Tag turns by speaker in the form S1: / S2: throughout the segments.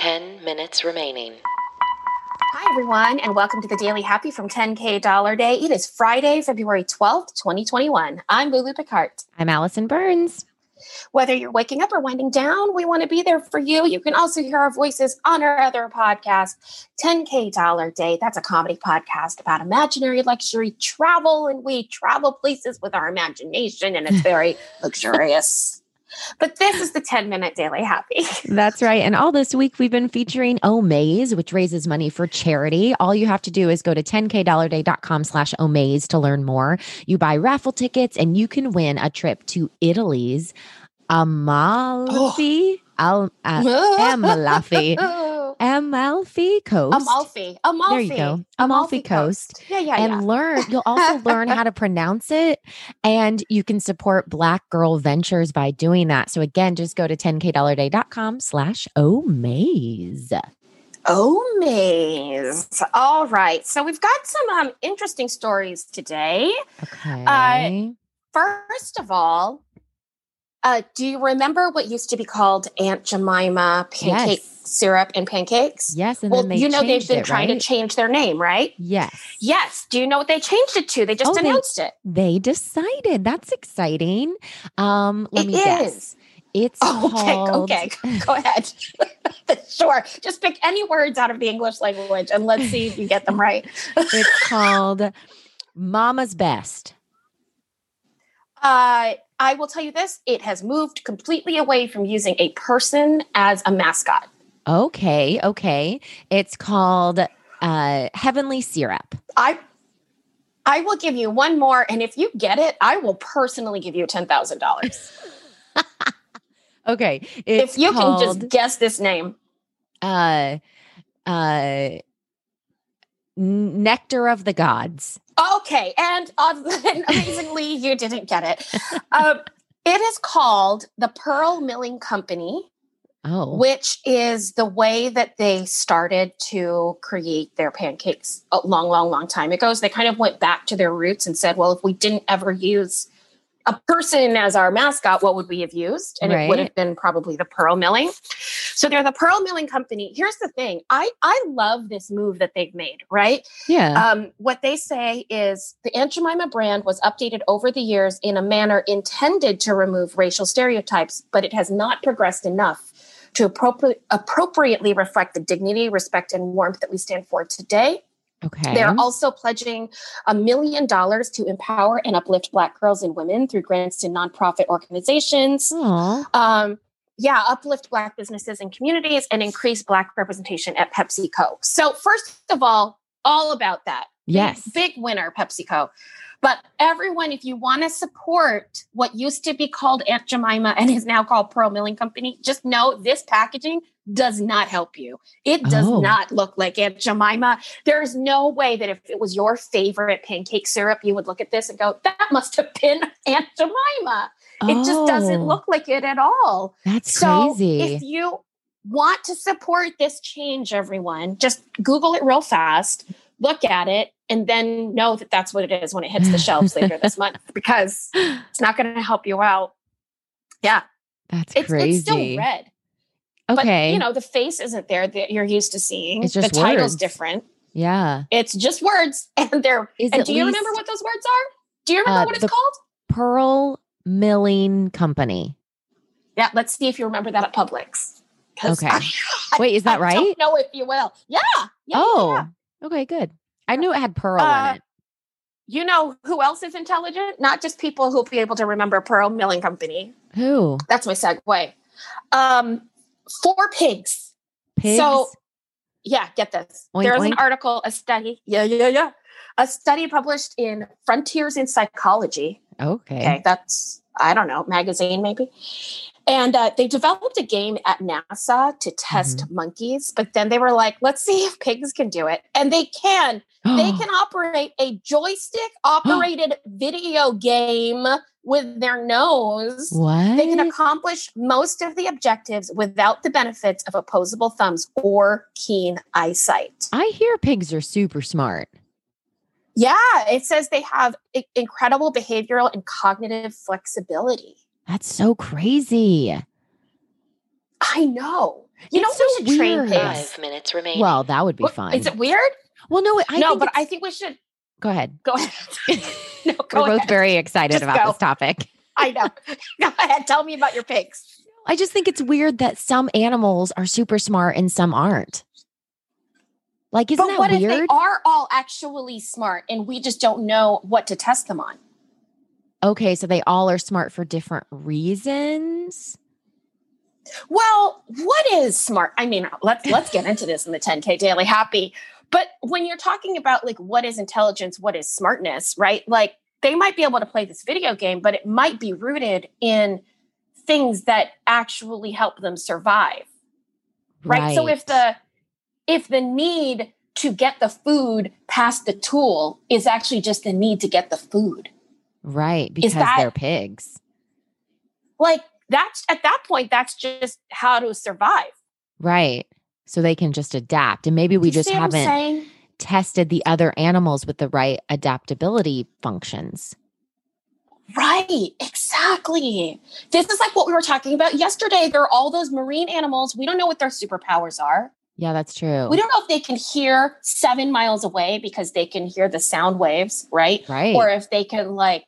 S1: 10 minutes remaining.
S2: Hi, everyone, and welcome to the Daily Happy from 10K Dollar Day. It is Friday, February 12th, 2021. I'm Lulu Picard.
S3: I'm Allison Burns.
S2: Whether you're waking up or winding down, we want to be there for you. You can also hear our voices on our other podcast, 10K Dollar Day. That's a comedy podcast about imaginary luxury travel, and we travel places with our imagination, and it's very luxurious. But this is the 10 minute daily happy.
S3: That's right. And all this week we've been featuring Omaze, which raises money for charity. All you have to do is go to 10kdollarday.com slash Omaze to learn more. You buy raffle tickets and you can win a trip to Italy's Amalfi. Al, uh, Amalfi. Amalfi Coast.
S2: Amalfi. Amalfi.
S3: There you go. Amalfi, Coast.
S2: Yeah, yeah,
S3: and
S2: yeah.
S3: learn you'll also learn how to pronounce it and you can support black girl ventures by doing that so again just go to 10kdollarday.com slash omaze
S2: Oh, maze. All right. So we've got some um, interesting stories today.
S3: okay
S2: First of all, uh, do you remember what used to be called Aunt Jemima pancake
S3: Yes.
S2: syrup and pancakes?
S3: yes and
S2: well,
S3: then they
S2: you know they've
S3: changed
S2: been
S3: it,
S2: trying
S3: right?
S2: to change their name, right?
S3: yes
S2: Yes. Do you know what they changed it to? They just
S3: Oh, they-
S2: announced it.
S3: they decided that's exciting um let
S2: It
S3: me guess
S2: is.
S3: it's
S2: Oh,
S3: called
S2: okay. Okay. Go ahead. sure. Just pick any words out of the English language and let's see if you get them right.
S3: it's called mama's best
S2: Uh, I will tell you this it has moved completely away from using a person as a mascot.
S3: Okay, okay. It's called uh Heavenly Syrup.
S2: I I will give you one more, and if you get it, I will personally give you ten thousand dollars.
S3: Okay. It's
S2: If you
S3: called,
S2: can just guess this name,
S3: uh uh Nectar of the Gods.
S2: okay. And, uh, and amazingly, you didn't get it. Um, it is called the Pearl Milling Company,
S3: Oh.
S2: which is the way that they started to create their pancakes a long, long, long time ago. So they kind of went back to their roots and said, well, if we didn't ever use a person as our mascot, what would we have used? And it would
S3: Right.
S2: have been probably the pearl milling. So they're the pearl milling company. Here's the thing I, I love this move that they've made, right?
S3: yeah.
S2: Um, what they say is the Aunt Jemima brand was updated over the years in a manner intended to remove racial stereotypes, but it has not progressed enough to appropri- appropriately reflect the dignity, respect, and warmth that we stand for today.
S3: okay.
S2: uh, They're also pledging a million dollars to empower and uplift Black girls and women through grants to nonprofit organizations.
S3: Aw.
S2: Um, yeah, uplift Black businesses and communities and increase Black representation at PepsiCo. So, first of all, all about that
S3: yes.
S2: big winner, PepsiCo. But everyone, if you want to support what used to be called Aunt Jemima and is now called Pearl Milling Company, just know this packaging does not help you. It does
S3: Oh.
S2: not look like Aunt Jemima. There's no way that if it was your favorite pancake syrup, you would look at this and go, that must have been Aunt Jemima. It just doesn't
S3: Oh,
S2: look like it at all.
S3: That's
S2: So if
S3: crazy.
S2: you want to support this change, everyone, just Google it real fast, look at it, and then know that that's what it is when it hits the shelves later this month because it's not going to help you out. Yeah,
S3: That's
S2: it's,
S3: crazy.
S2: it's still red,
S3: okay.
S2: but you know the face isn't there that you're used to seeing.
S3: It's just
S2: the title's
S3: words.
S2: different.
S3: yeah.
S2: It's just words, and they're.
S3: Is
S2: and
S3: at
S2: do you remember
S3: least
S2: what those words are? Do you remember
S3: uh,
S2: what it's
S3: the-
S2: called?
S3: Pearl Milling Company?
S2: Yeah, let's see if you remember that at Publix. 'Cause
S3: Okay. Wait, is that
S2: I
S3: right?
S2: don't know if you will. Yeah. yeah, yeah,
S3: oh.
S2: yeah.
S3: Okay, good. I knew it had pearl
S2: Uh,
S3: in it.
S2: you know who else is intelligent? Not just people who'll be able to remember Pearl Milling Company.
S3: Who?
S2: That's my segue. Um, four pigs.
S3: Pigs?
S2: So, yeah, get this.
S3: Oink,
S2: There's an
S3: oink.
S2: article, a study. Yeah, yeah, yeah. A study published in Frontiers in Psychology.
S3: okay.
S2: Okay, that's I don't know, magazine maybe. And uh, they developed a game at NASA to test
S3: Mm-hmm.
S2: monkeys, but then they were like, "Let's see if pigs can do it," and they can. they
S3: Oh.
S2: can operate a joystick operated video game with their nose.
S3: What?
S2: They can accomplish most of the objectives without the benefits of opposable thumbs or keen eyesight.
S3: I hear pigs are super smart.
S2: Yeah, it says they have i- incredible behavioral and cognitive flexibility.
S3: That's so crazy.
S2: I know. You know,
S3: It's so
S2: we should train
S3: weird.
S2: pigs.
S1: Five minutes remaining.
S3: Well, that would be
S2: What-
S3: fun.
S2: Is it weird?
S3: well, no, I
S2: no,
S3: think
S2: but
S3: it's-
S2: I think we should
S3: go ahead.
S2: go ahead. no, go
S3: We're both
S2: ahead.
S3: very excited
S2: Just
S3: about
S2: go.
S3: this topic.
S2: I know. go ahead. Tell me about your pigs.
S3: I just think it's weird that some animals are super smart and some aren't. Like, isn't
S2: but
S3: that
S2: what
S3: weird?
S2: if they are all actually smart and we just don't know what to test them on?
S3: okay, so they all are smart for different reasons.
S2: Well, what is smart? I mean, let's let's get into this in the 10K Daily Happy. But when you're talking about like what is intelligence, what is smartness, right? Like they might be able to play this video game, but it might be rooted in things that actually help them survive. Right? So if the if the need to get the food past the tool is actually just the need to get the food.
S3: right because
S2: that-
S3: they're pigs,
S2: Like that's at that point that's just how to survive.
S3: right? So they can just adapt, and maybe we
S2: You
S3: just
S2: see what I'm
S3: haven't
S2: saying?
S3: tested the other animals with the right adaptability functions.
S2: Right, exactly. This is like what we were talking about yesterday. There are all those marine animals. We don't know what their superpowers are.
S3: Yeah, that's true.
S2: We don't know if they can hear seven miles away because they can hear the sound waves, right?
S3: right?
S2: Or if they can like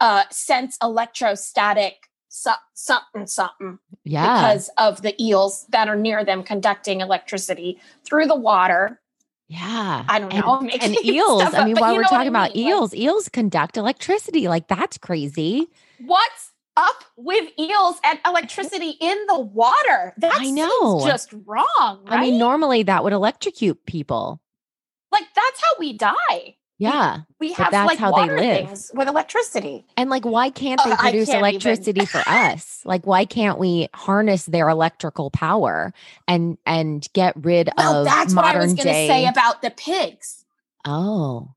S2: uh, sense electrostatic so- something, something
S3: yeah,
S2: because of the eels that are near them conducting electricity through the water.
S3: yeah.
S2: I don't
S3: And-
S2: know. I'm making
S3: and eels.
S2: stuff
S3: I
S2: up,
S3: mean,
S2: but
S3: while
S2: you know
S3: we're
S2: what
S3: talking
S2: I
S3: about
S2: mean, like-
S3: eels, eels conduct electricity. Like that's crazy.
S2: What's up with eels and electricity in the water? That
S3: I know.
S2: seems just wrong, right?
S3: I mean, normally that would electrocute people.
S2: like that's how we die.
S3: Yeah.
S2: We
S3: But
S2: have
S3: that's
S2: like
S3: how they
S2: water
S3: live.
S2: things with electricity.
S3: And like, why can't they
S2: Ugh, Oh, I
S3: produce
S2: can't even.
S3: electricity for us? Like, why can't we harness their electrical power and and get rid
S2: Well,
S3: of
S2: that's what
S3: modern
S2: I was going to
S3: day?
S2: say about the pigs.
S3: oh,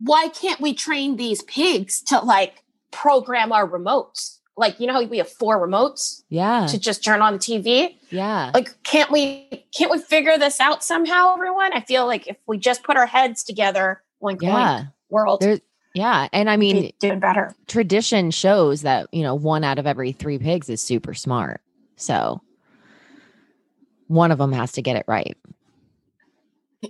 S2: Why can't we train these pigs to like program our remotes? Like you know how we have four remotes
S3: yeah,
S2: to just turn on the TV?
S3: yeah.
S2: Like can't we can't we figure this out somehow everyone? I feel like if we just put our heads together, one yeah.
S3: Yeah.
S2: world
S3: There- Yeah. And I mean,
S2: be doing better.
S3: tradition shows that, you know, one out of every three pigs is super smart. So one of them has to get it right.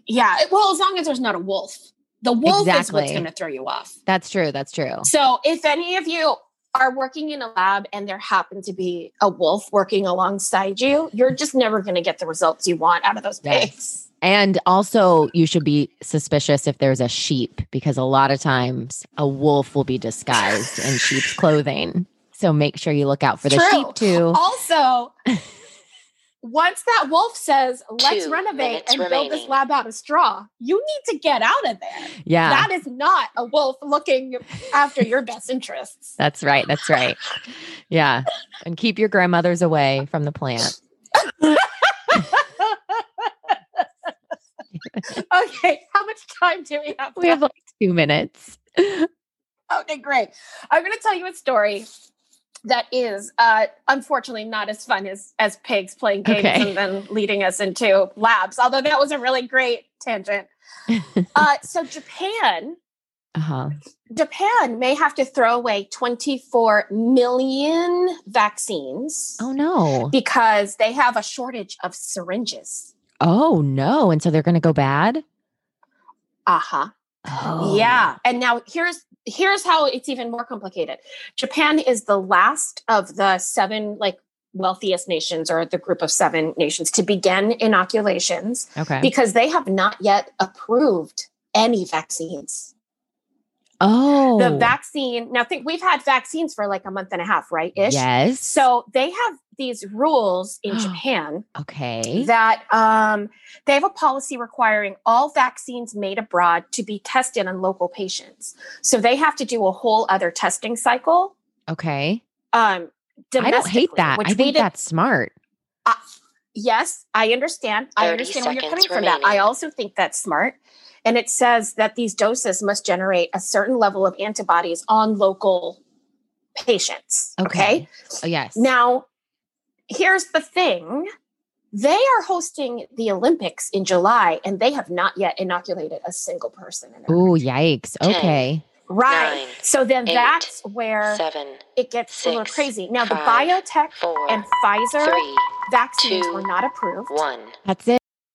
S2: Yeah. Well, as long as there's not a wolf, the wolf is what's
S3: Exactly.
S2: going to throw you off.
S3: That's true. That's true.
S2: So, if any of you are working in a lab and there happens to be a wolf working alongside you, you're just never going to get the results you want out of those
S3: Yes.
S2: pigs.
S3: And also, you should be suspicious if there's a sheep because a lot of times a wolf will be disguised in sheep's clothing. So make sure you look out for the
S2: True.
S3: sheep too.
S2: Also, once that wolf says, let's
S1: Two
S2: renovate
S1: minutes
S2: and build this
S1: remaining.
S2: lab out of straw, you need to get out of there.
S3: Yeah.
S2: That is not a wolf looking after your best interests.
S3: that's right. That's right. Yeah. And keep your grandmothers away from the plant.
S2: Okay, how much time do we have?
S3: We have like two minutes.
S2: Okay, great. I'm going to tell you a story that is uh, unfortunately not as fun as as pigs playing games
S3: Okay.
S2: and then leading us into labs. Although that was a really great tangent. uh, so Japan,
S3: Uh huh.
S2: Japan may have to throw away 24 million vaccines
S3: Oh, no.
S2: because they have a shortage of syringes.
S3: Oh, no. And so they're going to go bad?
S2: Uh huh.
S3: Oh.
S2: Yeah. And now here's here's how it's even more complicated. Japan is the last of the seven like wealthiest nations or the group of seven nations to begin inoculations
S3: Okay.
S2: because they have not yet approved any vaccines.
S3: Oh.
S2: The vaccine, now think we've had vaccines for like a month and a half, right? Ish.
S3: Yes.
S2: So they have these rules in Japan
S3: okay.
S2: that um, they have a policy requiring all vaccines made abroad to be tested on local patients. So they have to do a whole other testing cycle.
S3: okay.
S2: Um,
S3: I don't hate
S2: domestically,
S3: that.
S2: Which
S3: I
S2: we
S3: think
S2: did-
S3: that's smart.
S2: Yes, I understand. I
S1: 30
S2: understand where you're coming
S1: seconds
S2: from. That I
S1: remaining.
S2: also think that's smart. And it says that these doses must generate a certain level of antibodies on local patients. okay?
S3: Okay. Oh, yes.
S2: Now, here's the thing they are hosting the Olympics in July, and they have not yet inoculated a single person in their
S3: Oh, yikes.
S1: Ten,
S3: Okay.
S2: Right.
S1: Nine,
S2: so then
S1: eight,
S2: that's where
S1: seven,
S2: it gets a little
S1: six,
S2: crazy. Now,
S1: five,
S2: the biotech
S1: four,
S2: and Pfizer
S1: three,
S2: vaccines
S1: two,
S2: were not approved.
S1: one.
S3: That's it.